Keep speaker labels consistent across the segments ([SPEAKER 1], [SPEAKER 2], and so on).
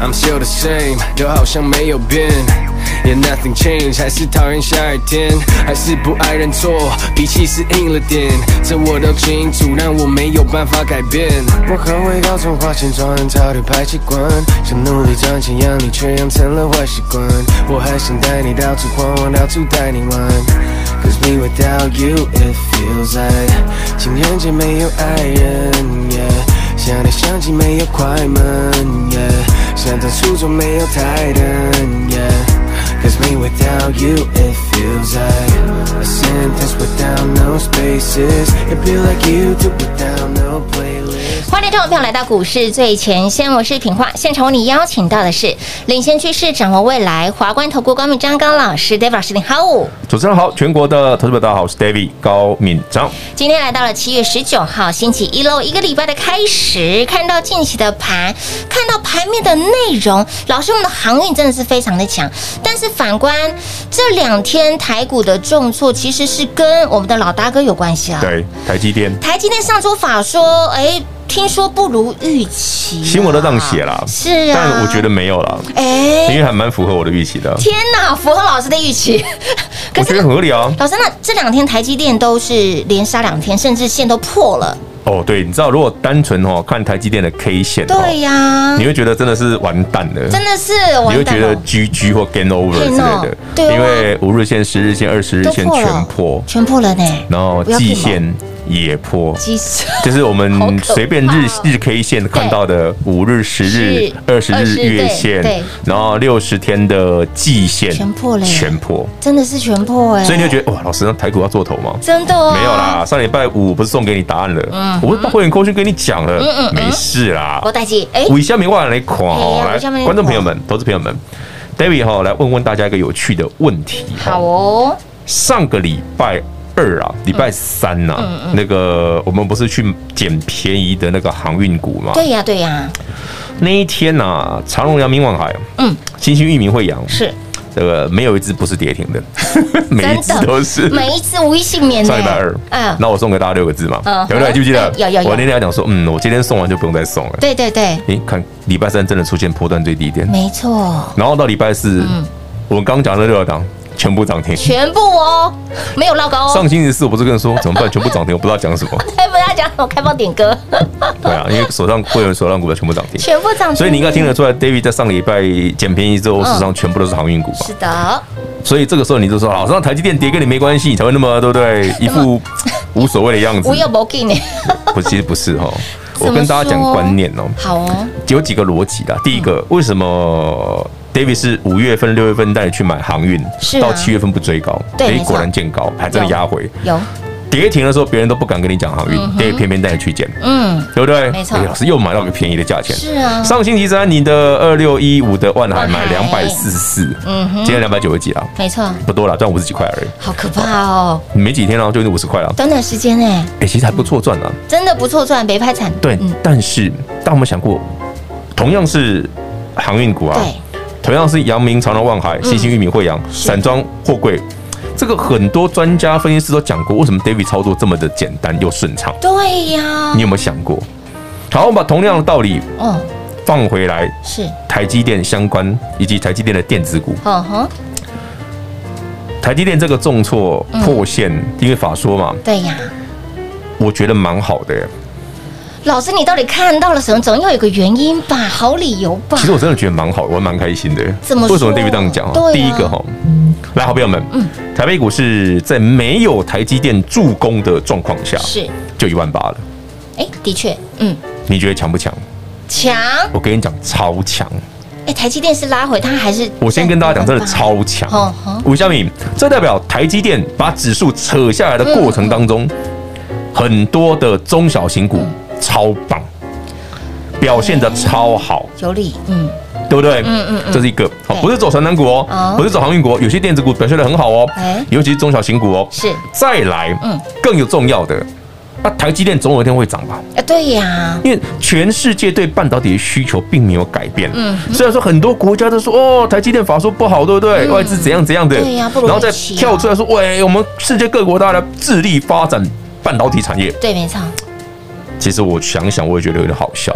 [SPEAKER 1] I'm still the same，都好像没有变。Yeah, nothing changed，还是讨厌下雨天，还是不爱认错，脾气是硬了点。这我都清楚，但我没有办法改变。我很会到处花钱，装很潮的排气管，想努力赚钱养你，却养成了坏习惯。我还想带你到处晃晃，到处带你玩。Cause me without you, it feels like 情人节没有爱人。Yeah. 想你想起没有快门，yeah，想到书桌没有台灯，yeah，Cause me without you it feels like a sentence without no spaces. It feel like you do without no playlist.
[SPEAKER 2] 欢迎各位朋友来到股市最前线，我是品化。现场为你邀请到的是领先趋势、掌握未来华冠投顾高敏章高老师，David 老师，你好。
[SPEAKER 3] 主持人好，全国的投资者大家好，我是 David 高敏章。
[SPEAKER 2] 今天来到了七月十九号星期一喽，一个礼拜的开始，看到近期的盘，看到盘面的内容，老师，我们的航运真的是非常的强，但是反观这两天台股的重挫，其实是跟我们的老大哥有关系啊。，
[SPEAKER 3] 对，台积电
[SPEAKER 2] 台积电上周法说，哎，听说不如预期啊、
[SPEAKER 3] 新闻都这样写啦，
[SPEAKER 2] 是啊，
[SPEAKER 3] 但我觉得没有啦，因
[SPEAKER 2] 哎，
[SPEAKER 3] 为还蛮符合我的预期的，
[SPEAKER 2] 天哪，符合老师的预期。
[SPEAKER 3] 我
[SPEAKER 2] 可
[SPEAKER 3] 觉
[SPEAKER 2] 是
[SPEAKER 3] 得很合理啊。
[SPEAKER 2] 老师，那这两天台积电都是连杀两天，甚至线都破了。
[SPEAKER 3] 哦，对，你知道如果单纯哦看台积电的 K 线，哦
[SPEAKER 2] 对、呀、
[SPEAKER 3] 你会觉得真的是完蛋了，
[SPEAKER 2] 哦真的是
[SPEAKER 3] 你会
[SPEAKER 2] 完
[SPEAKER 3] 觉
[SPEAKER 2] 蛋
[SPEAKER 3] 得
[SPEAKER 2] 了，
[SPEAKER 3] GG 或 Game Over 之类
[SPEAKER 2] Game over，
[SPEAKER 3] 的，
[SPEAKER 2] 对啊
[SPEAKER 3] 因为五日线、十日线、二十日
[SPEAKER 2] 都
[SPEAKER 3] 线
[SPEAKER 2] 破
[SPEAKER 3] 全
[SPEAKER 2] 了
[SPEAKER 3] 破，
[SPEAKER 2] 全破了呢。
[SPEAKER 3] 然后
[SPEAKER 2] 不要
[SPEAKER 3] 季
[SPEAKER 2] 骗我
[SPEAKER 3] 线也破，
[SPEAKER 2] 季线
[SPEAKER 3] 就是我
[SPEAKER 2] 好可
[SPEAKER 3] 们
[SPEAKER 2] 怕哦
[SPEAKER 3] 随便日日 K 线看到的五日、十日
[SPEAKER 2] 是、
[SPEAKER 3] 二十
[SPEAKER 2] 20
[SPEAKER 3] 日月
[SPEAKER 2] 对对
[SPEAKER 3] 线，然后六十天的季线
[SPEAKER 2] 全破了耶
[SPEAKER 3] 全破
[SPEAKER 2] 真的是全破哎，
[SPEAKER 3] 所以你就觉得哇，老师，那台股要做头吗？
[SPEAKER 2] 真的、哦、
[SPEAKER 3] 没有啦，，上礼拜五不是送给你答案了，我不是把会员扣讯跟你讲
[SPEAKER 2] 嗯
[SPEAKER 3] 了
[SPEAKER 2] 嗯，
[SPEAKER 3] 没事啦。
[SPEAKER 2] 郭大姐，哎、
[SPEAKER 3] 我一下没忘了你狂
[SPEAKER 2] 哎
[SPEAKER 3] 哦，
[SPEAKER 2] 呀我
[SPEAKER 3] 来
[SPEAKER 2] 一下没，
[SPEAKER 3] 观众朋友们、投资朋友们，David 哈，来问问大家一个有趣的问题。
[SPEAKER 2] 好哦，
[SPEAKER 3] 上个礼拜二啊，
[SPEAKER 2] 嗯
[SPEAKER 3] 礼拜三呐、那个我们不是去捡便宜的那个航运股嘛？
[SPEAKER 2] 对呀、对呀、
[SPEAKER 3] 那一天呐、长荣、阳明、万海，
[SPEAKER 2] 嗯，
[SPEAKER 3] 新兴、裕民、惠阳，
[SPEAKER 2] 是
[SPEAKER 3] 这个没有一只不是跌停 的，每一只都是。
[SPEAKER 2] 每一次无一幸免呢。
[SPEAKER 3] 上礼拜二，
[SPEAKER 2] 嗯，
[SPEAKER 3] 那我送给大家六个字嘛
[SPEAKER 2] 嗯，
[SPEAKER 3] 有没有？记不记得？
[SPEAKER 2] 有有有
[SPEAKER 3] 我那天还讲说，嗯，我今天送完就不用再送了。
[SPEAKER 2] 对对对，
[SPEAKER 3] 你看，礼拜三真的出现波段最低点，
[SPEAKER 2] 没错，
[SPEAKER 3] 然后到礼拜四，我们刚讲的那六档全部涨停。
[SPEAKER 2] 全部哦，没有绕高哦。
[SPEAKER 3] 上星期四我不是跟你说怎么办？全部涨停，我不知道讲什么。
[SPEAKER 2] 对，不要讲我开放点歌，
[SPEAKER 3] 对啊，因为手上会员手上股票全部涨停，
[SPEAKER 2] 全部涨停。
[SPEAKER 3] 所以你应该听得出来，David 在上礼拜捡便宜之后，市场全部都是航运股吧？
[SPEAKER 2] 是的，
[SPEAKER 3] 所以这个时候你就说，老师，那台积电跌跟你没关系，你才会那么对不 对？一副无所谓的样子
[SPEAKER 2] 无。有不给呢。
[SPEAKER 3] 不，其实不 是哈。
[SPEAKER 2] 怎
[SPEAKER 3] 我
[SPEAKER 2] 么
[SPEAKER 3] 跟大家讲
[SPEAKER 2] 说嗯
[SPEAKER 3] 观念哦，
[SPEAKER 2] 好哦，
[SPEAKER 3] 有几个逻辑啦。第一个，为什么 David 是五月份、六月份带你去买航运
[SPEAKER 2] 是，啊
[SPEAKER 3] 到七月份不追高？
[SPEAKER 2] 对
[SPEAKER 3] 诶
[SPEAKER 2] 没错
[SPEAKER 3] 果然见高，还真的压回。
[SPEAKER 2] 有，
[SPEAKER 3] 跌停的时候，别人都不敢跟你讲航运，David 偏偏带你去捡。
[SPEAKER 2] 嗯，
[SPEAKER 3] 对不对？
[SPEAKER 2] 没错
[SPEAKER 3] 哎老师又买到个便宜的价钱。
[SPEAKER 2] 是啊
[SPEAKER 3] 上星期三你的二六一五的万海买
[SPEAKER 2] 万
[SPEAKER 3] 两
[SPEAKER 2] 海
[SPEAKER 3] 百四十四，
[SPEAKER 2] 嗯哼
[SPEAKER 3] 今天两百九十几啦，
[SPEAKER 2] 没错，
[SPEAKER 3] 不多了，赚五十几块而已，
[SPEAKER 2] 好可怕哦，
[SPEAKER 3] 没几天了，就五十块了。
[SPEAKER 2] 短短时间哎，
[SPEAKER 3] 哎，其实还不错赚啊。
[SPEAKER 2] 真的不错赚，北派产。
[SPEAKER 3] 对，但是但我们想过，同样是航运股啊，
[SPEAKER 2] 对，嗯
[SPEAKER 3] 同样是阳明、长隆、万海、新兴、裕民、惠阳、散装、货柜。这个很多专家分析师都讲过，为什么 David 操作这么的简单又顺畅？
[SPEAKER 2] 对呀
[SPEAKER 3] 你，有没有想过？好，我们把同样的道理
[SPEAKER 2] 哦，
[SPEAKER 3] 放回来，
[SPEAKER 2] 是，
[SPEAKER 3] 台积电相关以及台积电的电子股。
[SPEAKER 2] 哦哼，
[SPEAKER 3] 台积电这个重挫破线，
[SPEAKER 2] 嗯
[SPEAKER 3] 因为法说嘛，
[SPEAKER 2] 对呀，
[SPEAKER 3] 我觉得蛮好的耶。
[SPEAKER 2] 老师，你到底看到了什么？总要有个原因吧，好理由吧
[SPEAKER 3] 其？实我真的觉得蛮好，我蛮开心的耶。
[SPEAKER 2] 怎么说
[SPEAKER 3] 为什么 David 这样讲啊？
[SPEAKER 2] 对啊嗯
[SPEAKER 3] 第一个哈，来，好朋友们，台北股市在没有台积电助攻的状况下，
[SPEAKER 2] 是，
[SPEAKER 3] 就一万八了。
[SPEAKER 2] 哎，的确，嗯，
[SPEAKER 3] 你觉得强不强？
[SPEAKER 2] 强，
[SPEAKER 3] 我跟你讲，超强！
[SPEAKER 2] 哎，台积电是拉回，它还是
[SPEAKER 3] 我先跟大家讲，真的超
[SPEAKER 2] 哦
[SPEAKER 3] 强
[SPEAKER 2] 哦。
[SPEAKER 3] 吴小敏，这代表台积电把指数扯下来的过程当
[SPEAKER 2] 嗯
[SPEAKER 3] 中，很多的中小型股超棒，表现的超好。
[SPEAKER 2] 有理，嗯，
[SPEAKER 3] 对不对？
[SPEAKER 2] 嗯嗯嗯
[SPEAKER 3] 这是一个好，
[SPEAKER 2] 对
[SPEAKER 3] 不是走传单股
[SPEAKER 2] 哦
[SPEAKER 3] 哦，不是走航运股哦，有些电子股表现得很好哦
[SPEAKER 2] 哎，
[SPEAKER 3] 尤其是中小型股哦。
[SPEAKER 2] 是，
[SPEAKER 3] 再来，
[SPEAKER 2] 嗯
[SPEAKER 3] 嗯，更有重要的，那台积电总有一天会涨吧？
[SPEAKER 2] 啊，对呀，
[SPEAKER 3] 因为全世界对半导体的需求并没有改变。
[SPEAKER 2] 嗯
[SPEAKER 3] 嗯，虽然说很多国家都说哦，台积电法说不好，对不对？外资怎样怎样的，
[SPEAKER 2] 嗯对呀不如
[SPEAKER 3] 然后再
[SPEAKER 2] 预期啊
[SPEAKER 3] 跳出来说，哦喂，我们世界各国大家致力发展半导体产业。
[SPEAKER 2] 对，没错，
[SPEAKER 3] 其实我想想，我也觉得有点好笑。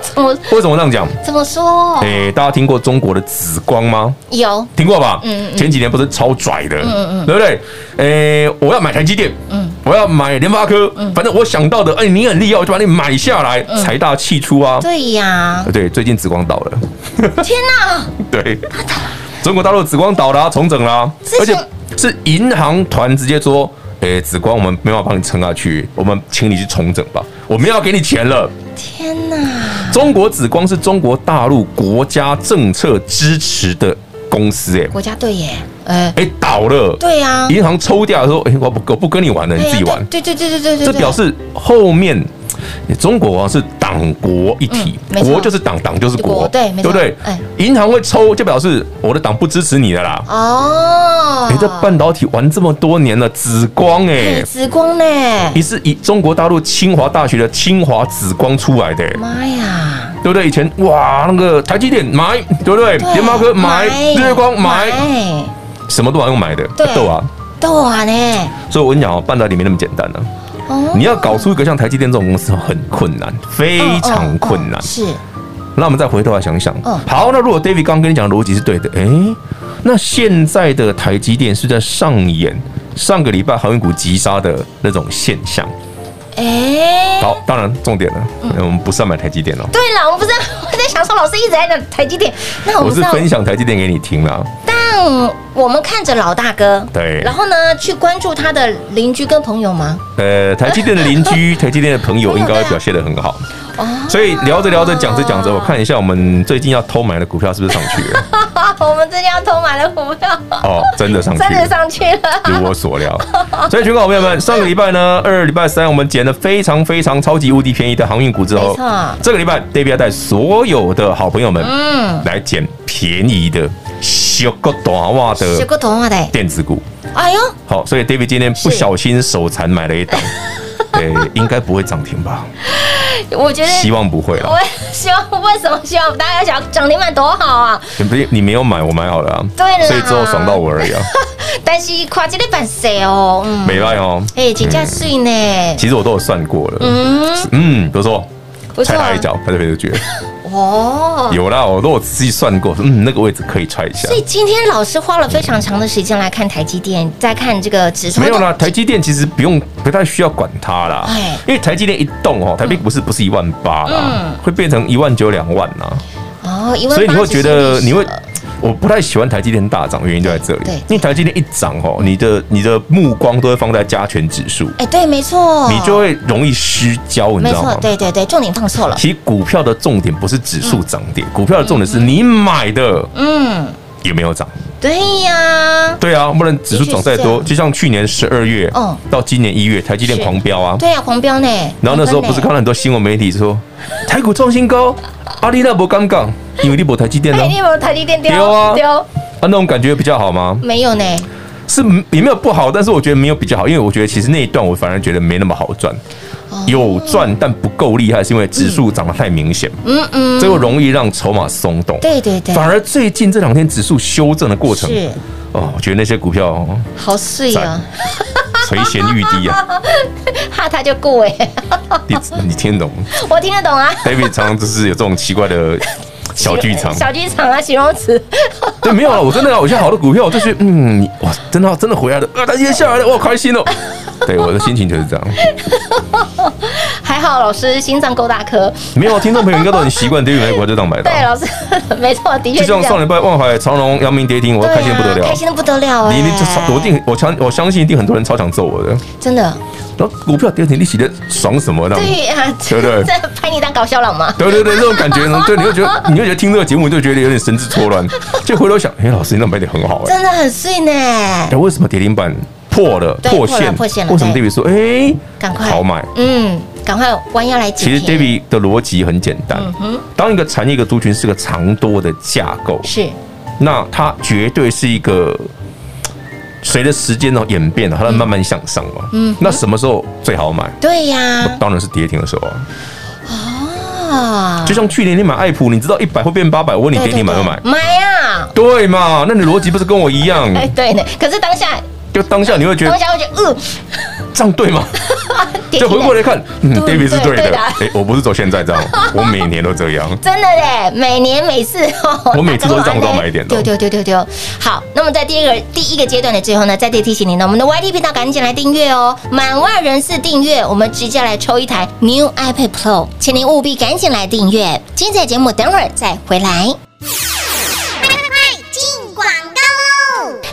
[SPEAKER 2] 怎么
[SPEAKER 3] 为什么这样讲？
[SPEAKER 2] 怎么说？
[SPEAKER 3] 诶、大家听过中国的紫光吗？
[SPEAKER 2] 有，
[SPEAKER 3] 听过吧？
[SPEAKER 2] 嗯嗯
[SPEAKER 3] 前几年不是超拽的，对不对？诶、我要买台积电，
[SPEAKER 2] 嗯
[SPEAKER 3] 我要买联发科，反正我想到的，哎、你很厉害，我就把你买下来，
[SPEAKER 2] 嗯
[SPEAKER 3] 财大气粗啊。
[SPEAKER 2] 对呀，
[SPEAKER 3] 对，最近紫光倒了，
[SPEAKER 2] 天哪，
[SPEAKER 3] 对，中国大陆紫光倒了、啊重整啦、
[SPEAKER 2] 这
[SPEAKER 3] 而且
[SPEAKER 2] 是
[SPEAKER 3] 是银行团直接说，诶、紫光我们没办法帮你撑下去，我们请你去重整吧，我们要给你钱了。
[SPEAKER 2] 天哪，
[SPEAKER 3] 中国紫光是中国大陆国家政策支持的公司、诶，
[SPEAKER 2] 国家队耶，呃，
[SPEAKER 3] 哎、倒了，
[SPEAKER 2] 对呀，
[SPEAKER 3] 银行抽掉说，哎、我不我不跟你玩了，你自己玩。
[SPEAKER 2] 对对对对对对，啊
[SPEAKER 3] 这表示后面中国啊是党国一体，
[SPEAKER 2] 嗯没错
[SPEAKER 3] 国就是党，党就是国，
[SPEAKER 2] 国对没
[SPEAKER 3] 不
[SPEAKER 2] 错
[SPEAKER 3] 对
[SPEAKER 2] 哎？啊
[SPEAKER 3] 银行会抽，就表示我的党不支持你的啦。哎
[SPEAKER 2] 哦，
[SPEAKER 3] 你这半导体玩这么多年了，紫光哎
[SPEAKER 2] 哎，紫光呢？
[SPEAKER 3] 你是以中国大陆清华大学的清华紫光出来的，
[SPEAKER 2] 妈呀，
[SPEAKER 3] 对不对？以前哇，那个台积电买，对不对？
[SPEAKER 2] 对啊
[SPEAKER 3] 联发科买，日月光买，
[SPEAKER 2] 买
[SPEAKER 3] 什么都要用买的
[SPEAKER 2] 对，
[SPEAKER 3] 豆啊！
[SPEAKER 2] 豆啊呢？
[SPEAKER 3] 所以我跟你讲哦，半导体没那么简单啊呢。
[SPEAKER 2] 哦
[SPEAKER 3] 你要搞出一个像台积电这种公司很困
[SPEAKER 2] 嗯
[SPEAKER 3] 难，非常困
[SPEAKER 2] 哦哦
[SPEAKER 3] 难
[SPEAKER 2] 哦。是
[SPEAKER 3] 那我们再回头来想想
[SPEAKER 2] 嗯，
[SPEAKER 3] 好，那如果 David 刚跟你讲的逻辑是对的，诶，那现在的台积电是在上演上个礼拜航运股急杀的那种现象。
[SPEAKER 2] 嗯哎。
[SPEAKER 3] 好，当然重点了，
[SPEAKER 2] 嗯
[SPEAKER 3] 我们不是要买台积电哦，
[SPEAKER 2] 对了，我们不是 我在想说，老师一直在讲台积电，那我
[SPEAKER 3] 我
[SPEAKER 2] 不知
[SPEAKER 3] 是
[SPEAKER 2] 道，
[SPEAKER 3] 分享台积电给你听啦。
[SPEAKER 2] 但我们看着老大哥，
[SPEAKER 3] 对
[SPEAKER 2] 然后呢，去关注他的邻居跟朋友吗？
[SPEAKER 3] 呃，台积电的邻居、台积电的朋友应该表现得很好，
[SPEAKER 2] 哦，
[SPEAKER 3] 所以聊着聊着讲着讲着，我看一下我们最近要偷买的股票是不是上去了？
[SPEAKER 2] 我们最近要偷买了股票，
[SPEAKER 3] 哦，真的上去
[SPEAKER 2] 真的
[SPEAKER 3] 了。
[SPEAKER 2] 上去了，
[SPEAKER 3] 如我所料。所以，全国好朋友们，上个礼拜呢，二礼拜三我们捡了非常非常超级无敌便宜的航运股之
[SPEAKER 2] 没
[SPEAKER 3] 后
[SPEAKER 2] 错，
[SPEAKER 3] 这个礼拜 David 要带所有的好朋友们
[SPEAKER 2] 嗯，
[SPEAKER 3] 来捡便宜的小个短袜
[SPEAKER 2] 学
[SPEAKER 3] 的
[SPEAKER 2] 过头发的，
[SPEAKER 3] 电子股。
[SPEAKER 2] 哎呦，
[SPEAKER 3] 好，所以 David 今天不小心手残买了一档。 对，应该不会涨 停吧？
[SPEAKER 2] 我觉得
[SPEAKER 3] 希望不会啊啦
[SPEAKER 2] 我。希望为什么希望大家想涨停板多好啊？
[SPEAKER 3] 你不是你没有买，我买好了啊。
[SPEAKER 2] 对啦
[SPEAKER 3] 所以之后爽到我 而已啊，
[SPEAKER 2] 但是跨这个板谁哦？嗯，
[SPEAKER 3] 没赖哦。
[SPEAKER 2] 哎，请假税呢？
[SPEAKER 3] 其实我都有算过了，
[SPEAKER 2] 嗯，
[SPEAKER 3] 嗯，不错，
[SPEAKER 2] 不错
[SPEAKER 3] 踩
[SPEAKER 2] 啊
[SPEAKER 3] 他一脚，他就被就觉得。
[SPEAKER 2] 哦。
[SPEAKER 3] 有啦，我都我仔细算过，嗯，那个位置可以踹一下
[SPEAKER 2] 所。以今天老师花了非常长的时间来看台积电，再看这个指数，
[SPEAKER 3] 没有啦，台积电其实不用不太需要管它啦
[SPEAKER 2] 哎，
[SPEAKER 3] 因为台积电一动哦，台币股市不是一万八啦
[SPEAKER 2] 嗯，
[SPEAKER 3] 会变成一万九两万呐，
[SPEAKER 2] 哦，一万八，
[SPEAKER 3] 所以你会觉得你会。我不太喜欢台积电大涨，原因就在这里
[SPEAKER 2] 对对。
[SPEAKER 3] 因为台积电一涨哦，你的你的目光都会放在加权指数，
[SPEAKER 2] 哎，对，没错，
[SPEAKER 3] 你就会容易失焦，你
[SPEAKER 2] 没
[SPEAKER 3] 知道
[SPEAKER 2] 错
[SPEAKER 3] 吗，？
[SPEAKER 2] 对对对，重点放错了，
[SPEAKER 3] 其实股票的重点不是指数涨跌，股票的重点是你买的
[SPEAKER 2] 嗯，
[SPEAKER 3] 有没有涨。
[SPEAKER 2] 对呀，
[SPEAKER 3] 对啊，不然指数涨再
[SPEAKER 2] 的确是这
[SPEAKER 3] 多，
[SPEAKER 2] 样
[SPEAKER 3] 就像去年十二月
[SPEAKER 2] 嗯
[SPEAKER 3] 到今年一月，台积电
[SPEAKER 2] 是
[SPEAKER 3] 狂飙啊。
[SPEAKER 2] 对呀，黄标呢？
[SPEAKER 3] 然后那时候不是看
[SPEAKER 2] 黄
[SPEAKER 3] 到很多新闻媒体说，台股创新高，阿里那波刚杠，因为你博台积电
[SPEAKER 2] 标
[SPEAKER 3] 呢
[SPEAKER 2] 呢？哎，你，有没有台积电丢
[SPEAKER 3] 丢啊
[SPEAKER 2] 丢？
[SPEAKER 3] 啊，那种感觉比较好吗？
[SPEAKER 2] 没有呢，
[SPEAKER 3] 是也没有不好，但是我觉得没有比较好，因为我觉得其实那一段我反而觉得没那么好赚，
[SPEAKER 2] 哦
[SPEAKER 3] 有赚但不够厉害，是因为指数涨得太明显，
[SPEAKER 2] 嗯嗯，
[SPEAKER 3] 这个容易让筹码松动。
[SPEAKER 2] 对对对，
[SPEAKER 3] 反而最近这两天指数修正的过程，
[SPEAKER 2] 是
[SPEAKER 3] 哦，我觉得那些股票哦
[SPEAKER 2] 好碎啊，
[SPEAKER 3] 垂涎欲滴啊，
[SPEAKER 2] 哈，他就过哎，
[SPEAKER 3] 你你听得懂？
[SPEAKER 2] 我听得懂啊。
[SPEAKER 3] David 常常就是有这种奇怪的小剧场。
[SPEAKER 2] 小剧场啊，形容词，
[SPEAKER 3] 对，没有了，我真的啊，我现在好多股票，我就觉得，嗯，你哇，真的啊真的回来了，啊，它今天下来了，我好开心 哦。对，我的心情就是这样。
[SPEAKER 2] 还好老师心脏够大颗。
[SPEAKER 3] 没有啊听众朋友应该都很习惯 David 买股就当买的
[SPEAKER 2] 对，
[SPEAKER 3] 啊，
[SPEAKER 2] 老师， 没错，的确
[SPEAKER 3] 就
[SPEAKER 2] 这
[SPEAKER 3] 是像
[SPEAKER 2] 样。
[SPEAKER 3] 上礼拜万海、长隆、阳明跌停，我
[SPEAKER 2] 对啊
[SPEAKER 3] 开心得不得了
[SPEAKER 2] 开。心的不得了哎！
[SPEAKER 3] 你你就我一定我相我相信一定很多人超想揍我的，
[SPEAKER 2] 真的
[SPEAKER 3] 然后股票跌停，你起的爽什么呢？
[SPEAKER 2] 对啊，
[SPEAKER 3] 嗯对不 对
[SPEAKER 2] 这拍你当搞笑郎嘛？
[SPEAKER 3] 对对对，这种感觉呢，对，你会觉得你会觉得听这个节目就觉得有点神志错乱，就回头想，哎，老师你那买点很好哎。
[SPEAKER 2] 真的很碎呢。
[SPEAKER 3] 哎，为什么跌停板破了
[SPEAKER 2] 对
[SPEAKER 3] 破线？
[SPEAKER 2] 破了破线了
[SPEAKER 3] 为什么
[SPEAKER 2] 对
[SPEAKER 3] David 说，哎，
[SPEAKER 2] 赶快
[SPEAKER 3] 好买？
[SPEAKER 2] 嗯，赶快弯腰来捡便宜。
[SPEAKER 3] 其实 David 的逻辑很简单，
[SPEAKER 2] 嗯
[SPEAKER 3] 当一个产业、一个族群是个长多的架构，
[SPEAKER 2] 是
[SPEAKER 3] 那它绝对是一个随着时间的演变，哦它在慢慢向上嘛。嗯，那什么时候最好买？
[SPEAKER 2] 对呀、
[SPEAKER 3] 当然是跌停的时候
[SPEAKER 2] 哦
[SPEAKER 3] 啊。
[SPEAKER 2] 啊，
[SPEAKER 3] 就像去年你买爱普，你知道一百会变八百，我问你
[SPEAKER 2] 对
[SPEAKER 3] 跌
[SPEAKER 2] 对
[SPEAKER 3] 停买不
[SPEAKER 2] 对
[SPEAKER 3] 买？
[SPEAKER 2] 买啊呀！
[SPEAKER 3] 对嘛？那你逻辑不是跟我一样？
[SPEAKER 2] 哎，对呢。可是当下，
[SPEAKER 3] 就当嗯啊下你会觉
[SPEAKER 2] 当
[SPEAKER 3] 得
[SPEAKER 2] 下会觉得，嗯，
[SPEAKER 3] 这样对吗？
[SPEAKER 2] 跌
[SPEAKER 3] 就
[SPEAKER 2] 停
[SPEAKER 3] 回
[SPEAKER 2] 了
[SPEAKER 3] 过来看，嗯
[SPEAKER 2] 对
[SPEAKER 3] ，David 是
[SPEAKER 2] 对
[SPEAKER 3] 对
[SPEAKER 2] 对
[SPEAKER 3] 的。
[SPEAKER 2] 的
[SPEAKER 3] 哎，我不是走现在这样，我每年都这样。
[SPEAKER 2] 真的嘞，每年每次哦，
[SPEAKER 3] 我每次都是这样到买一点的
[SPEAKER 2] 丢丢丢丢丢。好，那么在第二个第一个阶段的最后呢，再次提醒您呢，我们的 YT 频道赶紧来订阅哦，满万人次订阅，我们直接来抽一台 New iPad Pro，请您务必赶紧来订阅。精彩节目等会儿再回来。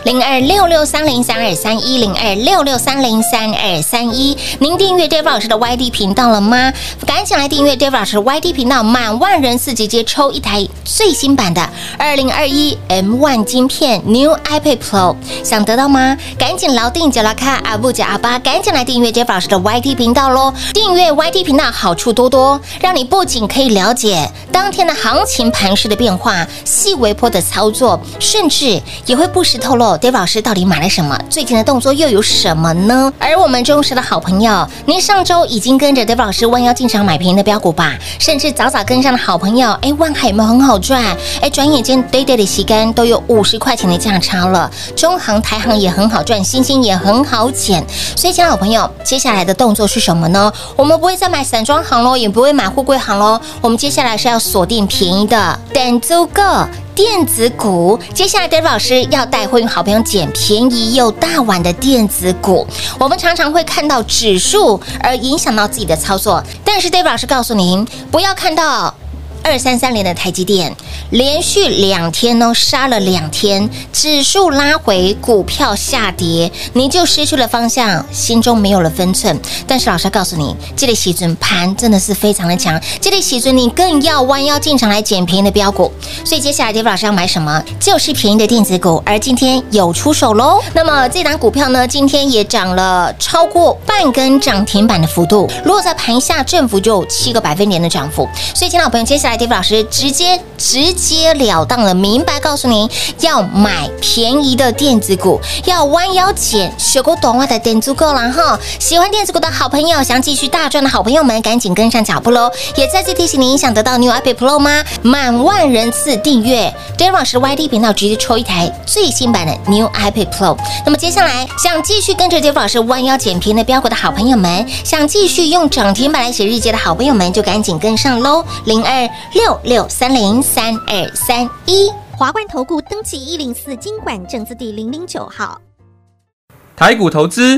[SPEAKER 2] 零二六六三零三二三一零二六六三零三二三一。您订阅 Dave 老师的 YD 频道了吗？赶紧来订阅 Dave 老师的 YD 频道，满万人次直接抽一台最新版的二零二一 M One 晶片 New iPad Pro，想得到吗？赶紧牢定九拉卡阿布九阿巴，赶紧来订阅 Dave 老师的 YD 频道喽！订阅 YD 频道好处多多，让你不仅可以了解当天的行情盘势的变化、细微波的操作，甚至也会不时透露 Dave 老师到底买了什么，最近的动作又有什么呢？而我们忠实的好朋友，您上周已经跟着 Dave 老师弯腰进场买便宜的标股吧，甚至早早跟上的好朋友，哎，万海有没有很好赚？哎，转眼间 Day Day 的旗杆都有五十块钱的价差了，中航、台航也很好赚，星星也很好捡，所以，亲爱的朋友，接下来的动作是什么呢？我们不会再买散装行喽，也不会买货柜行喽。我们接下来是要锁定便宜的，等足够。电子股，接下来 d a v i 老师要带会员好朋友捡便宜又大碗的电子股。我们常常会看到指数而影响到自己的操作，但是 d a v i 老师告诉您，不要看到二三三零的台积电，连续两天哦，杀了两天，指数拉回，股票下跌，你就失去了方向，心中没有了分寸。但是老师要告诉你，这类洗准盘真的是非常的强，这类洗准你更要弯腰进场来捡便宜的标股。所以接下来 d a 老师要买什么？就是便宜的电子股，而今天有出手喽。那么这档股票呢，今天也涨了超过半根涨停板的幅度，如果在盘下振幅就有七个百分点的涨幅。所以，亲爱的朋友，接下来 Dave 老师直接直截了当的明白告诉您，要买便宜的电子股，要弯腰捡学过短袜的电子股然后喜欢电子股的好朋友，想继续大赚的好朋友们，赶紧跟上脚步喽！也再次提醒您，想得到 New iPad Pro 吗？满万人次订阅 Dave 老师 YD 频道，直接抽一台最新版的 New iPad Pro。那么接下来想继续跟着 Dave 老师弯腰捡便宜的标股的好朋友们，想继续用涨停板来写日记的好朋友们，就赶紧跟上喽！零二六六三零三二三一。
[SPEAKER 4] 华冠投顾登记一零四经管证字第零零九号。
[SPEAKER 5] 台股投资，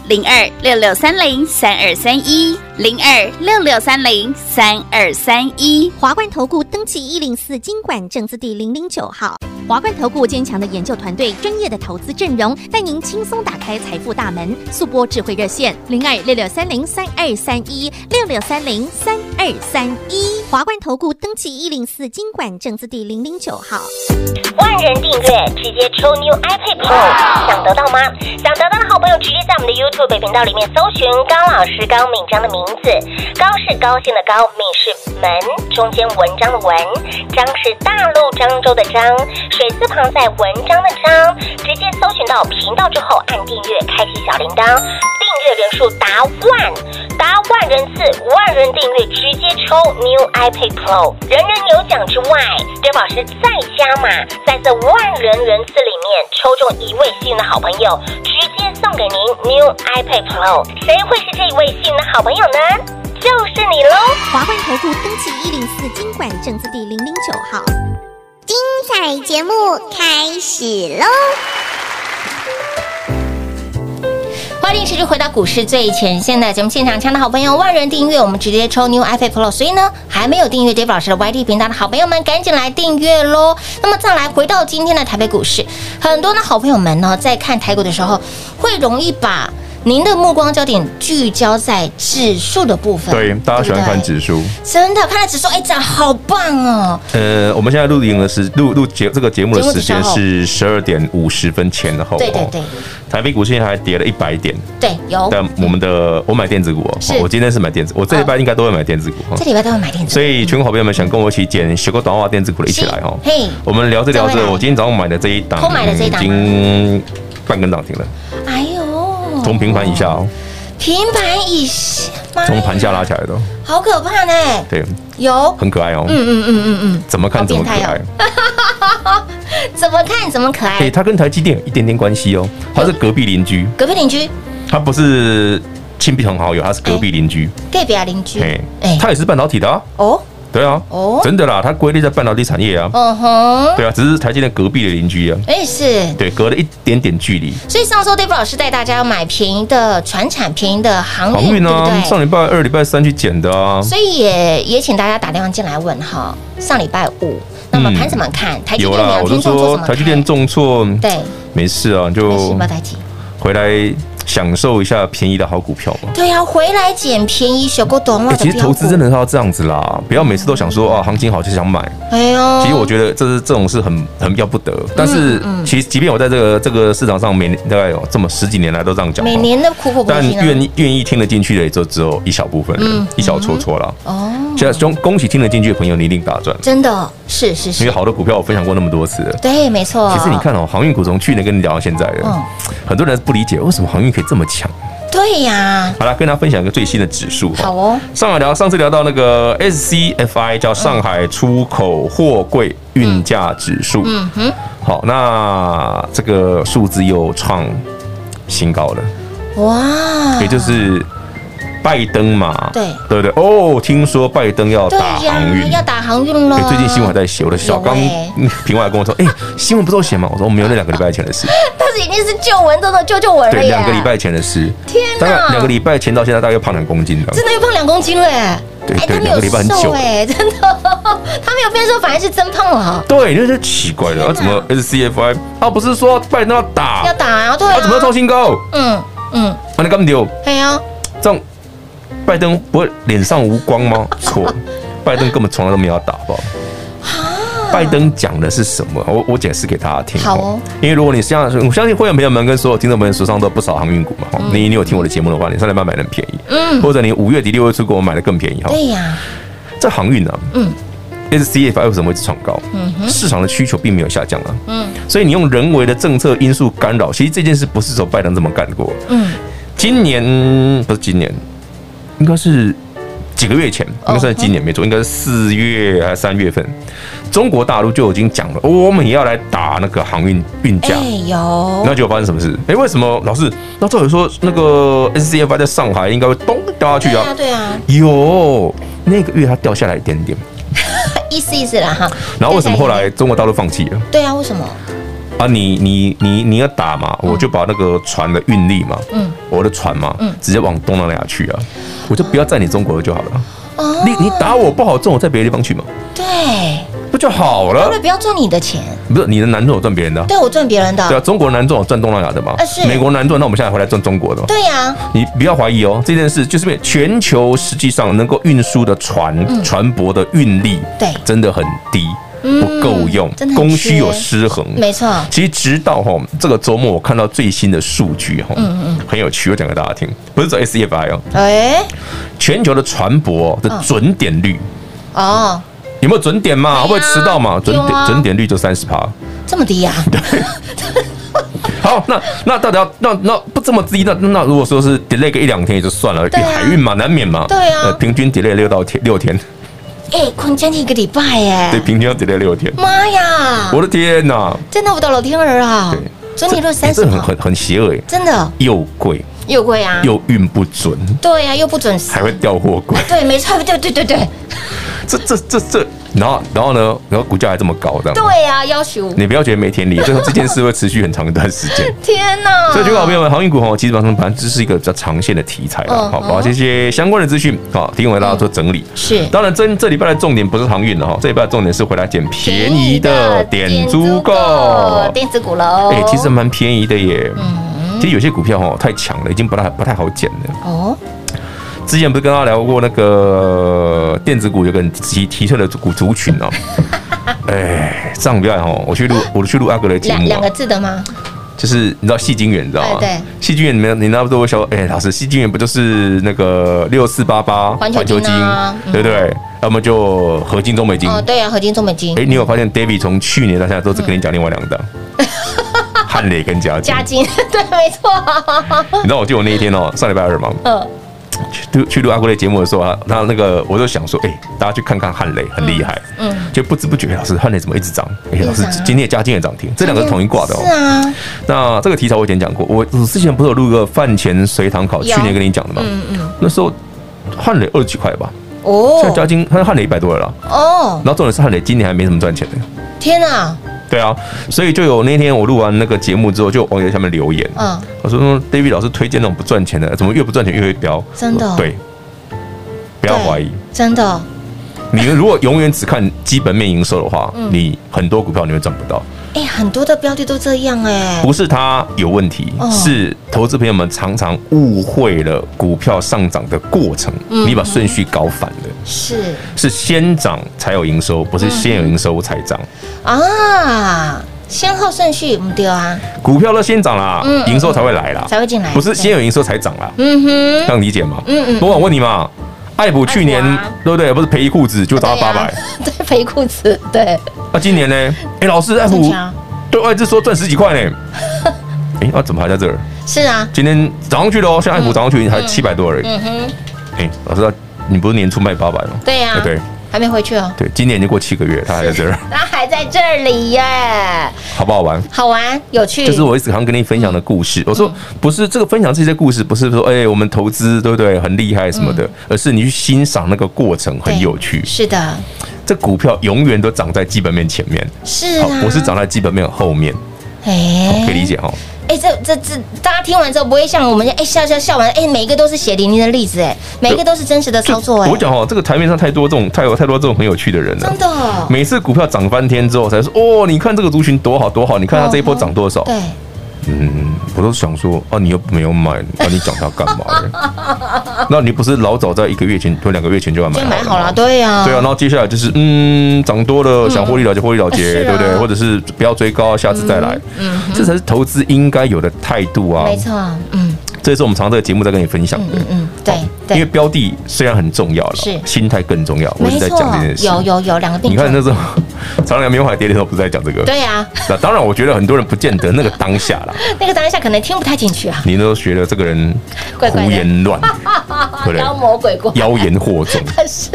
[SPEAKER 6] 零二六六三零三二三一零二六六三零三二三一。
[SPEAKER 4] 华冠投顾登记一零四经管证字第零零九号。华冠投顾坚强的研究团队，专业的投资阵容，带您轻松打开财富大门。速播智慧热线零二六六三零三二三一六六三零三二三一。华冠投顾登记一零四经管证字第零零九号。
[SPEAKER 7] 万人订阅直接抽 New iPad Pro，想得到吗？想得到的好朋友，直接在我们的 YouTube 频道里面搜寻高老师高敏章的名字，高是高兴的高，敏是门，中间文章的文，章是大陆漳州的漳，水字旁在文章的章，直接搜寻到频道之后按订阅，开启小铃铛，订阅人数达万，达万人次，万人订阅直接抽 New iPad Pro，人人有奖之外，刘老师再加码，在这万人人次里面抽中一位幸运的好朋友，直接送给您 New iPad Pro，谁会是这一位幸运的好朋友呢？就是你喽！
[SPEAKER 4] 华冠投顾登记一零四经管证字第零零九号。精彩节目开始喽！
[SPEAKER 2] 欢欢迎持续回到股市最前线的节目现场，亲爱的好朋友，万人订阅，我们直接抽 New iPad Pro。所以呢，还没有订阅 Dave 老师的 YT 频道的好朋友们，赶紧来订阅喽。那么再来回到今天的台北股市，很多的好朋友们呢，在看台股的时候，会容易把您的目光焦点聚焦在指数的部分。
[SPEAKER 3] 对，大家喜欢看
[SPEAKER 2] 数，
[SPEAKER 3] 指数。
[SPEAKER 2] 真的看到指数，哎，涨好棒哦！
[SPEAKER 3] 呃，我们现在录影的时录录节这个节目的
[SPEAKER 2] 节目
[SPEAKER 3] 时间
[SPEAKER 2] 的时候
[SPEAKER 3] 是十二点五十分前后。哦
[SPEAKER 2] 对对对。
[SPEAKER 3] 台北股市现在还跌了一百点，
[SPEAKER 2] 对，有
[SPEAKER 3] 但我们的我买电子股哦
[SPEAKER 2] 是，
[SPEAKER 3] 我今天是买电子，我这礼拜应该都会买电子股。哦
[SPEAKER 2] 这礼拜都会买电子，
[SPEAKER 3] 所以全国好朋友们想跟我一起捡学过短话电子股的一起来哦
[SPEAKER 2] 是嘿。
[SPEAKER 3] 我们聊着聊
[SPEAKER 2] 怎么
[SPEAKER 3] 着，
[SPEAKER 2] 来
[SPEAKER 3] 我今天早上买的这一档
[SPEAKER 2] 空买的这一档
[SPEAKER 3] 已经半根涨停了，
[SPEAKER 2] 哎呦，
[SPEAKER 3] 从平盘以下，哦，
[SPEAKER 2] 平盘以下，妈呀
[SPEAKER 3] 从盘下拉起来的哦，
[SPEAKER 2] 好可怕呢！
[SPEAKER 3] 对，
[SPEAKER 2] 有，
[SPEAKER 3] 很可爱哦。
[SPEAKER 2] 嗯嗯嗯嗯
[SPEAKER 3] 怎么看怎么可
[SPEAKER 2] 好变态
[SPEAKER 3] 爱
[SPEAKER 2] 哦。嗯，怎么看怎么可
[SPEAKER 3] 哎，
[SPEAKER 2] 爱。
[SPEAKER 3] 它跟台积电有一点点关系哦，它是隔壁邻居，
[SPEAKER 2] 隔壁邻居，
[SPEAKER 3] 它不是亲朋好友，它是隔壁邻居。
[SPEAKER 2] 隔壁啊邻居，
[SPEAKER 3] 哎
[SPEAKER 2] 哎，，
[SPEAKER 3] 它也是半导体的啊，
[SPEAKER 2] 哦，
[SPEAKER 3] 对啊
[SPEAKER 2] 哦，
[SPEAKER 3] 真的啦，它归类在半导体产业啊，
[SPEAKER 2] 嗯哼，
[SPEAKER 3] 对啊，只是台积电隔壁的邻居啊，
[SPEAKER 2] 哎是。
[SPEAKER 3] 对，隔了一点点距离。
[SPEAKER 2] 所以上周 Dave 老师带大家买便宜的船产、便宜的航
[SPEAKER 3] 航
[SPEAKER 2] 运，
[SPEAKER 3] 运
[SPEAKER 2] 对不
[SPEAKER 3] 啊，
[SPEAKER 2] 对？
[SPEAKER 3] 上礼拜二、礼拜三去捡的啊，
[SPEAKER 2] 所以也也请大家打电话进来问哈。上礼拜五，那么
[SPEAKER 3] 嗯
[SPEAKER 2] 盘怎么看？台积
[SPEAKER 3] 有
[SPEAKER 2] 电
[SPEAKER 3] 啦，
[SPEAKER 2] 两
[SPEAKER 3] 我就
[SPEAKER 2] 天重挫怎
[SPEAKER 3] 说
[SPEAKER 2] 么
[SPEAKER 3] 台
[SPEAKER 2] 看
[SPEAKER 3] 积电重挫，
[SPEAKER 2] 对，
[SPEAKER 3] 没事啊，
[SPEAKER 2] 没事，
[SPEAKER 3] 就
[SPEAKER 2] 不要台积。
[SPEAKER 3] 回来享受一下便宜的好股票吧。
[SPEAKER 2] 对呀、回来捡便宜，选购短袜
[SPEAKER 3] 哎
[SPEAKER 2] 的
[SPEAKER 3] 其实投资真
[SPEAKER 2] 的，
[SPEAKER 3] 的是要这样子啦，不要每次都想说啊，行情好就想买。
[SPEAKER 2] 哎呦，
[SPEAKER 3] 其实我觉得这是这种是很很要不得，但是
[SPEAKER 2] 嗯
[SPEAKER 3] 其实即便我在这个这个市场上每年大概有这么十几年来都这样讲，
[SPEAKER 2] 每年的苦口婆
[SPEAKER 3] 但
[SPEAKER 2] 心啊，嗯
[SPEAKER 3] 愿意愿意听得进去的也就只有一小部分人，一小撮撮啦。
[SPEAKER 2] 哦，
[SPEAKER 3] 现在恭恭喜听得进去的朋友，你一定大赚，
[SPEAKER 2] 真的是是
[SPEAKER 3] 因
[SPEAKER 2] 是，
[SPEAKER 3] 为好的股票我分享过那么多次了。
[SPEAKER 2] 对，没错。
[SPEAKER 3] 其实你，看哦，航运股从去年跟你聊到现在
[SPEAKER 2] 嗯
[SPEAKER 3] 的，很多人不理解为什么航运可以这么强。
[SPEAKER 2] 对呀、
[SPEAKER 3] 好了，跟大家分享一个最新的指数哈
[SPEAKER 2] 好哦，
[SPEAKER 3] 上海聊上次聊到那个 SCFI 叫上海出口货柜运价指数，嗯哼，好，那这个数字又创新高了，
[SPEAKER 2] 哇，
[SPEAKER 3] 也就是拜登嘛，
[SPEAKER 2] 啊对
[SPEAKER 3] 对不对？哦，听说拜登要
[SPEAKER 2] 对
[SPEAKER 3] 打
[SPEAKER 2] 呀、
[SPEAKER 3] 航运。
[SPEAKER 2] 要打航运了、
[SPEAKER 3] 哎最近新闻还在写，我的小
[SPEAKER 2] 有
[SPEAKER 3] 刚
[SPEAKER 2] 哎
[SPEAKER 3] 嗯平外跟我说，哎、新闻不都写吗？我说我哦没有，那两个礼拜前 的事。
[SPEAKER 2] 但是已经是旧闻中的旧旧闻了
[SPEAKER 3] 对，
[SPEAKER 2] 耶，
[SPEAKER 3] 两个礼拜前的事。
[SPEAKER 2] 天哪
[SPEAKER 3] 大概两个礼拜前到现在大概胖两公斤这
[SPEAKER 2] 真
[SPEAKER 3] 样。
[SPEAKER 2] 的又胖两公斤了耶，
[SPEAKER 3] 对
[SPEAKER 2] 哎
[SPEAKER 3] 对
[SPEAKER 2] 他没
[SPEAKER 3] 两
[SPEAKER 2] 有
[SPEAKER 3] 个礼拜很久
[SPEAKER 2] 瘦哎， 真的，他没有变瘦，反而是增胖了，
[SPEAKER 3] 对，那就奇怪了，
[SPEAKER 2] 天哪
[SPEAKER 3] 啊、怎么 SCFI 啊？不是说拜登要打，
[SPEAKER 2] 要打啊，对
[SPEAKER 3] 啊
[SPEAKER 2] 啊，
[SPEAKER 3] 怎么要创新高？
[SPEAKER 2] 嗯嗯，
[SPEAKER 3] 啊，你干丢
[SPEAKER 2] 哎呀、
[SPEAKER 3] 这样，拜登不会脸上无光吗？ 错，拜登根本从来都没有要打，好不好？拜登讲的是什么？我我解释给大家听。
[SPEAKER 2] 啊好哦，
[SPEAKER 3] 因为如果你像我相信会员朋友们跟所有听众朋友手上都有不少航运股嘛，
[SPEAKER 2] 嗯
[SPEAKER 3] 哦你你有听我的节目的话，你上礼拜买的很便宜，嗯，或者你五月底六月初给我买的更便宜哈。
[SPEAKER 2] 对呀、
[SPEAKER 3] 这航运啊，
[SPEAKER 2] 嗯
[SPEAKER 3] 嗯，SCFI 为什么会一直创高？市场的需求并没有下降啊，嗯，所以你用人为的政策因素干扰，其实这件事不是只有拜登这么干过，
[SPEAKER 2] 嗯，
[SPEAKER 3] 今年不是今年，应该是几个月前，
[SPEAKER 2] 哦
[SPEAKER 3] 应该算是今年
[SPEAKER 2] 嗯
[SPEAKER 3] 没错，应该是四月还是三月份，中国大陆就已经讲了，哦我们也要来打那个航运运价。
[SPEAKER 2] 哎有，
[SPEAKER 3] 那结果发生什么事？哎、为什么老师？那照理说，那个 SCFI 在上海应该会咚掉下去
[SPEAKER 2] 对
[SPEAKER 3] 啊
[SPEAKER 2] 啊？对啊，
[SPEAKER 3] 有那个月它掉下来一点点，
[SPEAKER 2] 意思意思啦哈。
[SPEAKER 3] 然后为什么后来中国大陆放弃了？
[SPEAKER 2] 对啊，为什么？
[SPEAKER 3] 啊，你你你你要打嘛，我就把那个船的运力嘛，
[SPEAKER 2] 嗯
[SPEAKER 3] 我的船嘛，
[SPEAKER 2] 嗯
[SPEAKER 3] 直接往东南亚去啊，我就不要在你中国就好了。
[SPEAKER 2] 哦
[SPEAKER 3] 你你打我不好赚，我在别的地方去嘛，
[SPEAKER 2] 对，
[SPEAKER 3] 不就好
[SPEAKER 2] 为
[SPEAKER 3] 了
[SPEAKER 2] 了？不要赚你的钱，
[SPEAKER 3] 不是你的难赚我赚别人的啊、
[SPEAKER 2] 哦对我赚别人
[SPEAKER 3] 对啊，
[SPEAKER 2] 的，
[SPEAKER 3] 中国难赚我赚东南亚的嘛
[SPEAKER 2] 啊是，
[SPEAKER 3] 美国难赚，那我们现在回来赚中国的嘛。
[SPEAKER 2] 对呀，
[SPEAKER 3] 你不要怀疑哦，这件事就是因为全球实际上能够运输的船、船舶的运力，
[SPEAKER 2] 嗯对嗯
[SPEAKER 3] 真的很低，不够用
[SPEAKER 2] 真的，很
[SPEAKER 3] 供
[SPEAKER 2] 缺
[SPEAKER 3] 需有失衡，
[SPEAKER 2] 没错，
[SPEAKER 3] 其实直到哈这个周末，我看到最新的数据哈，
[SPEAKER 2] 嗯
[SPEAKER 3] 很有趣，我讲给大家听，不是走 S E F I 哦，
[SPEAKER 2] 哎，
[SPEAKER 3] 全球的船舶的准点率
[SPEAKER 2] 哦，
[SPEAKER 3] 有没有准点嘛？
[SPEAKER 2] 对啊
[SPEAKER 3] 会不会迟到嘛？准
[SPEAKER 2] 有啊
[SPEAKER 3] 点准点率就三十趴。
[SPEAKER 2] 这么 低呀？
[SPEAKER 3] 好，那那到底要那那不这么低？那那如果说是 delay 个一两天也就算了，
[SPEAKER 2] 对啊
[SPEAKER 3] 海运嘛，难免嘛。呃
[SPEAKER 2] 对啊
[SPEAKER 3] 平均 delay 六到天六天，
[SPEAKER 2] 哎，困将近一个礼拜
[SPEAKER 3] 对，
[SPEAKER 2] 耶，
[SPEAKER 3] 平均要 delay 六天。
[SPEAKER 2] 妈呀，
[SPEAKER 3] 我的天哪！
[SPEAKER 2] 真的我的老天儿啊
[SPEAKER 3] 对，
[SPEAKER 2] 准你论三
[SPEAKER 3] 这
[SPEAKER 2] 十
[SPEAKER 3] 很
[SPEAKER 2] 跑，
[SPEAKER 3] 很很邪恶哎，
[SPEAKER 2] 真的
[SPEAKER 3] 又贵
[SPEAKER 2] 又贵啊，
[SPEAKER 3] 又运不准，
[SPEAKER 2] 对呀，又不准时
[SPEAKER 3] 还，会掉货柜。
[SPEAKER 2] 对，没错，对对对对，
[SPEAKER 3] 这这这这然后然后呢，然后股价还这么高，这样。
[SPEAKER 2] 对呀、啊，要求
[SPEAKER 3] 你不要觉得没天理，这这件事会持续很长一段时间。
[SPEAKER 2] 天哪！
[SPEAKER 3] 所以，各位好朋友们，航运股哈，其实本身本来这是一个比较长线的题材了，
[SPEAKER 2] 嗯
[SPEAKER 3] 好，
[SPEAKER 2] 嗯
[SPEAKER 3] 把这些相关的资讯好提供给大家做整理。
[SPEAKER 2] 是
[SPEAKER 3] 当然，这这礼拜的重点不是航运了哈，这礼拜的重点是回来捡便宜的点租购。
[SPEAKER 2] 电子股喽。
[SPEAKER 3] 哎，其实蛮便宜的耶。
[SPEAKER 2] 嗯
[SPEAKER 3] 其实有些股票哈太强了，已经不太不太好捡了。
[SPEAKER 2] 哦，
[SPEAKER 3] 之前不是跟他聊过那个电子股有个提提出的股族群 哦。哎，上礼拜哦，我去录我去录阿哥的节
[SPEAKER 2] 两
[SPEAKER 3] 目
[SPEAKER 2] 两
[SPEAKER 3] 啊
[SPEAKER 2] 个，字的吗？
[SPEAKER 3] 就是你知道细晶圆，你知道吗？
[SPEAKER 2] 哎对，
[SPEAKER 3] 细晶圆里面你那不都会说，哎，老师，细晶圆不就是那个六四八八
[SPEAKER 2] 环球晶啊嗯
[SPEAKER 3] 对不对？要么就合金、中美金。
[SPEAKER 2] 哦，对呀、合金、中美金
[SPEAKER 3] 哎，、你有发现 David 从去年到现在都只跟你讲另外两档，
[SPEAKER 2] 嗯
[SPEAKER 3] 汉磊跟嘉 金
[SPEAKER 2] 加。金，对，没错。
[SPEAKER 3] 你知道我记得我那一天哦，上礼拜二嘛，
[SPEAKER 2] 嗯，
[SPEAKER 3] 去录去录阿贵的节目的时候啊，那那个我就想说，哎、大家去看看汉雷很厉害，
[SPEAKER 2] 嗯
[SPEAKER 3] 就不知不觉老师汉雷怎么一直涨？哎、老师
[SPEAKER 2] 一直涨啊
[SPEAKER 3] 今天也加金也涨停，这两个是同一挂的哦
[SPEAKER 2] 是。啊，
[SPEAKER 3] 那这个题材我以前讲过，我我之前不是有录个饭前随堂考，
[SPEAKER 2] 有
[SPEAKER 3] 去年跟你讲的嘛，
[SPEAKER 2] 嗯嗯，
[SPEAKER 3] 那时候汉雷二十几块吧，现在
[SPEAKER 2] 哦
[SPEAKER 3] 加金他汉雷一百多了啦，
[SPEAKER 2] 哦，
[SPEAKER 3] 然后重点是汉雷今年还没什么赚钱的。
[SPEAKER 2] 天哪，
[SPEAKER 3] 对啊，所以就有那天我录完那个节目之后，就有网友在下面留言，
[SPEAKER 2] 嗯，
[SPEAKER 3] 我说 David 老师推荐那种不赚钱的，怎么越不赚钱越会飙？
[SPEAKER 2] 真的哦
[SPEAKER 3] 对，不要怀疑，
[SPEAKER 2] 对，真的哦
[SPEAKER 3] 你如果永远只看基本面营收的话，
[SPEAKER 2] 嗯
[SPEAKER 3] 你很多股票你会赚不到。
[SPEAKER 2] 哎、很多的标的都这样哎、
[SPEAKER 3] 不是它有问题，
[SPEAKER 2] 哦
[SPEAKER 3] 是投资朋友们常常误会了股票上涨的过程，
[SPEAKER 2] 嗯
[SPEAKER 3] 你把顺序搞反了。
[SPEAKER 2] 是
[SPEAKER 3] 是先涨才有营收，不是先有营收才涨。
[SPEAKER 2] 啊，先后顺序不对啊，
[SPEAKER 3] 股票都先涨啦
[SPEAKER 2] 嗯，嗯
[SPEAKER 3] 营收才会来啦，
[SPEAKER 2] 才会进来，
[SPEAKER 3] 不是先有营收才涨啦，
[SPEAKER 2] 嗯哼，
[SPEAKER 3] 这样理解吗？
[SPEAKER 2] 嗯嗯
[SPEAKER 3] 不过我问你嘛，爱普去年
[SPEAKER 2] 爱普啊
[SPEAKER 3] 对不对？不是赔一裤子就涨到八百，
[SPEAKER 2] 对啊，对，肥裤子，对，
[SPEAKER 3] 那今年呢？哎，老师，爱
[SPEAKER 2] 正
[SPEAKER 3] 普
[SPEAKER 2] 常，啊
[SPEAKER 3] 对外资说赚十几 块呢。哎，那怎么还在这儿？
[SPEAKER 2] 是啊，
[SPEAKER 3] 今天涨上去了哦，像爱普涨上去才七百多而已。
[SPEAKER 2] 嗯哼，
[SPEAKER 3] 哎，老师，你不是年初卖八百吗？
[SPEAKER 2] 对啊呀、
[SPEAKER 3] 哎对
[SPEAKER 2] 还没回去哦，
[SPEAKER 3] 对，今年已经过七个月，它还在这儿，
[SPEAKER 2] 他还在这里耶，
[SPEAKER 3] 好不 好玩？
[SPEAKER 2] 好玩有趣，
[SPEAKER 3] 就是我一直常跟你分享的故
[SPEAKER 2] 嗯
[SPEAKER 3] 事。我说不是这个分享这些故事，不是说哎、我们投资对不对很厉害什么
[SPEAKER 2] 嗯
[SPEAKER 3] 的，而是你去欣赏那个过程很有趣。
[SPEAKER 2] 是的，
[SPEAKER 3] 这股票永远都涨在基本面前面，
[SPEAKER 2] 是
[SPEAKER 3] 好
[SPEAKER 2] 啊，，
[SPEAKER 3] 我是长在基本面后面，哦
[SPEAKER 2] 哎
[SPEAKER 3] 可以理解哈。
[SPEAKER 2] 哎、这这这，大家听完之后不会像我们哎、笑笑笑完，哎、每一个都是血淋淋的例子，哎，每一个都是真实的操作，哎，
[SPEAKER 3] 我讲哦，这个台面上太多这种太有太多这种很有趣的人了
[SPEAKER 2] 真。的，哦
[SPEAKER 3] 每次股票涨翻天之后，才说哦，你看这个族群多好多好，你看它这一波涨多少？
[SPEAKER 2] 对，
[SPEAKER 3] 嗯，我都想说啊，你又没有买，那、你讲它干嘛 呢？那你不是老早在一个月前或两个月前就要买
[SPEAKER 2] 就买好
[SPEAKER 3] 吗
[SPEAKER 2] 了，对呀、
[SPEAKER 3] 对啊，然后接下来就是嗯，涨多了想获利了结，获利了
[SPEAKER 2] 是
[SPEAKER 3] 结，
[SPEAKER 2] 啊
[SPEAKER 3] 对不对？或者是不要追高，下次再来。嗯，这才是投资应该有的态度啊。
[SPEAKER 2] 没错，嗯
[SPEAKER 3] 这也是我们常常这个节目在跟你分享的
[SPEAKER 2] 嗯。嗯，对
[SPEAKER 3] 哦因
[SPEAKER 2] 对，
[SPEAKER 3] 为标的虽然很重要了，
[SPEAKER 2] 是
[SPEAKER 3] 心态更重要。我一直
[SPEAKER 2] 没
[SPEAKER 3] 在
[SPEAKER 2] 错
[SPEAKER 3] 讲这件，事。
[SPEAKER 2] 有有有两个并
[SPEAKER 3] 你看
[SPEAKER 2] 重，
[SPEAKER 3] 那时候， 长良棉花跌的时候不是在讲这个？
[SPEAKER 2] 对呀、
[SPEAKER 3] 那当然，我觉得很多人不见得那个当下 啦，
[SPEAKER 2] 那个当下可能听不太进去啊，
[SPEAKER 3] 你都觉得这个人
[SPEAKER 2] 怪怪的
[SPEAKER 3] 胡言 乱语，对不对
[SPEAKER 2] 妖？魔鬼 怪，
[SPEAKER 3] 妖言惑众，
[SPEAKER 2] 是，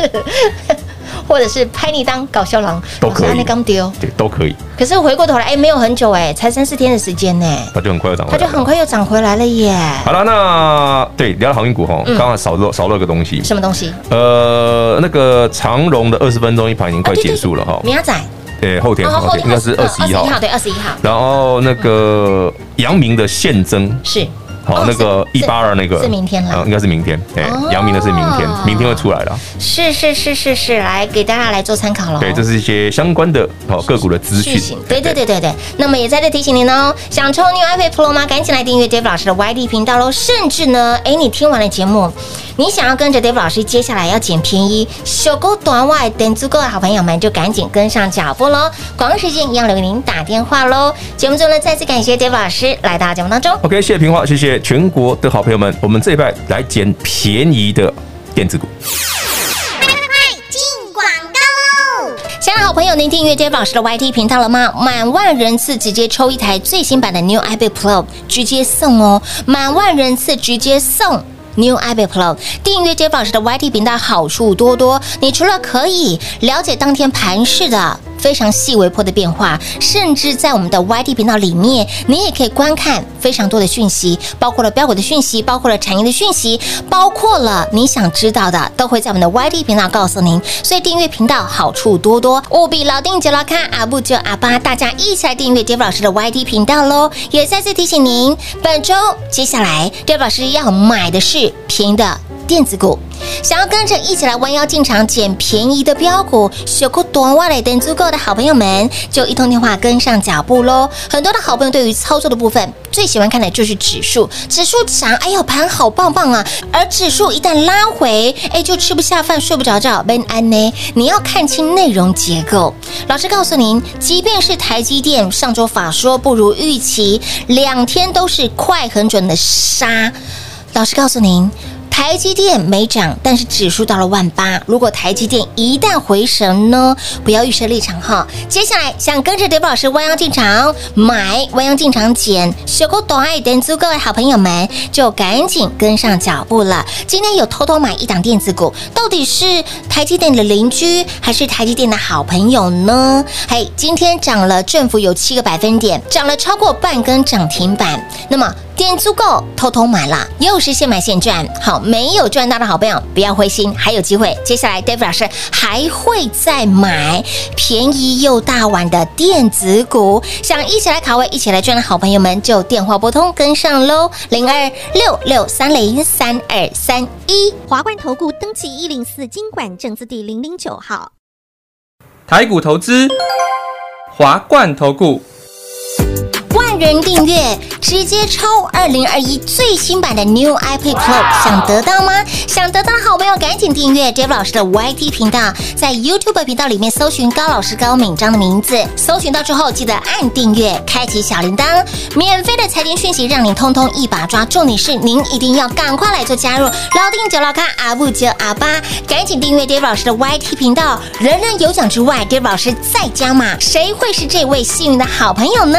[SPEAKER 2] 或者是拍你当搞笑狼，
[SPEAKER 3] 都可以
[SPEAKER 2] 那刚丢，
[SPEAKER 3] 对，都可以，
[SPEAKER 2] 可是回过头来，哎、没有很久、哎，才三四天的时间呢、
[SPEAKER 3] 那就很快要涨回
[SPEAKER 2] 它
[SPEAKER 3] 来
[SPEAKER 2] 就
[SPEAKER 3] 了。
[SPEAKER 2] 很快又涨回来了耶，
[SPEAKER 3] 好了，那对聊到航运股哈，刚刚少漏少漏个东西，
[SPEAKER 2] 嗯什么东西？
[SPEAKER 3] 呃，那个长荣的二十分钟一盘已经快结束了哈，
[SPEAKER 2] 明仔载。
[SPEAKER 3] 对，后天
[SPEAKER 2] 然后
[SPEAKER 3] 后
[SPEAKER 2] 后
[SPEAKER 3] 天
[SPEAKER 2] 天
[SPEAKER 3] 应该是二十一号
[SPEAKER 2] 21。对，二十一号
[SPEAKER 3] 然后那个阳明的现增，
[SPEAKER 2] 是
[SPEAKER 3] 好
[SPEAKER 2] 哦，
[SPEAKER 3] 那个
[SPEAKER 2] 是
[SPEAKER 3] 一八二那个
[SPEAKER 2] 是明天
[SPEAKER 3] 啊
[SPEAKER 2] 了
[SPEAKER 3] 应，该是明天，哎
[SPEAKER 2] 哦，
[SPEAKER 3] 阳明的是明天，明天会出来了。
[SPEAKER 2] 是是是是是，来给大家来做参考了。
[SPEAKER 3] 对，哎这
[SPEAKER 2] 是。
[SPEAKER 3] 是一些相关的好个股的资
[SPEAKER 2] 剧
[SPEAKER 3] 讯
[SPEAKER 2] 情，。对对对对对，那么也在这提醒您哦，想抽 New iPad Pro 吗？赶紧来订阅 Dave 老师的 YD 频道喽！甚至呢，哎，你听完了节目，你想要跟着 Dave 老师接下来要捡便宜、小狗短袜等足够的好朋友们，就赶紧跟上脚步喽！广告时间一样留给您打电话喽。节目中呢，再次感谢 Dave 老师来到节目当中。
[SPEAKER 3] OK，谢谢平话，谢谢全国的好朋友们，我们这一拜来捡便宜的电子股。
[SPEAKER 2] 亲爱的好朋友，您订阅 Dave 老师的 YT 频道了吗？满万人次直接抽一台最新版的 New iPad Pro，直接送哦！满万人次直接送。New iPad Pro 订阅 Dave 老师的 YT 频道好处多多，你除了可以了解当天盘市的非常细微波的变化，甚至在我们的 YT 频道里面，你也可以观看非常多的讯息，包括了标股的讯息，包括了产业的讯息，包括了你想知道的，都会在我们的 YT 频道告诉您。所以订阅频道好处多多，务必老定九老看阿布就阿巴，大家一起来订阅 Dave 老师的 YT 频道喽。也再次提醒您，本周接下来 Dave 老师要买的是便宜的电子股。想要跟着一起来弯腰进场捡便宜的标股，雪库短袜来等足够的好朋友们，就一通电话跟上脚步喽。很多的好朋友对于操作的部分最喜欢看的就是指数，指数涨，哎呦盘好棒棒啊！而指数一旦拉回，哎就吃不下饭，睡不着觉，ben 安呢？你要看清内容结构。老师告诉您，即便是台积电上周法说不如预期，两天都是快很准的杀。老师告诉您，台积电没涨，但是指数到了万八。如果台积电一旦回神呢，不要预设立场哈。接下来想跟着德宝老师弯腰进场买，弯腰进场捡，学过懂爱等足够的好朋友们就赶紧跟上脚步了。今天有偷偷买一档电子股，到底是台积电的邻居还是台积电的好朋友呢？嘿，今天涨了，振幅有七个百分点，涨了超过半根涨停板。那么点足够，偷偷买啦，又是现买现赚。好，没有赚到的好朋友不要灰心，还有机会。接下来 Dave 老师还会再买便宜又大碗的电子股，想一起来卡位、一起来赚的好朋友们，就电话拨通跟上喽，零二六六三零三二三一。
[SPEAKER 4] 华冠投顾登记一零四经管证字第零零九号。
[SPEAKER 5] 台股投资，华冠投顾。
[SPEAKER 2] 万人订阅，直接抽二零二一最新版的 New iPad Pro，想得到吗？想得到的好朋友赶紧订阅 Dave 老师的 YT 频道，在 YouTube 频道里面搜寻高老师高敏章的名字，搜寻到之后记得按订阅，开启小铃铛，免费的财经讯息让你通通一把抓。重点是您一定要赶快来做加入，老定九老咖阿布九阿巴，赶紧订阅 Dave 老师的 YT 频道，人人有奖之外，Dave 老师再加码，谁会是这位幸运的好朋友呢？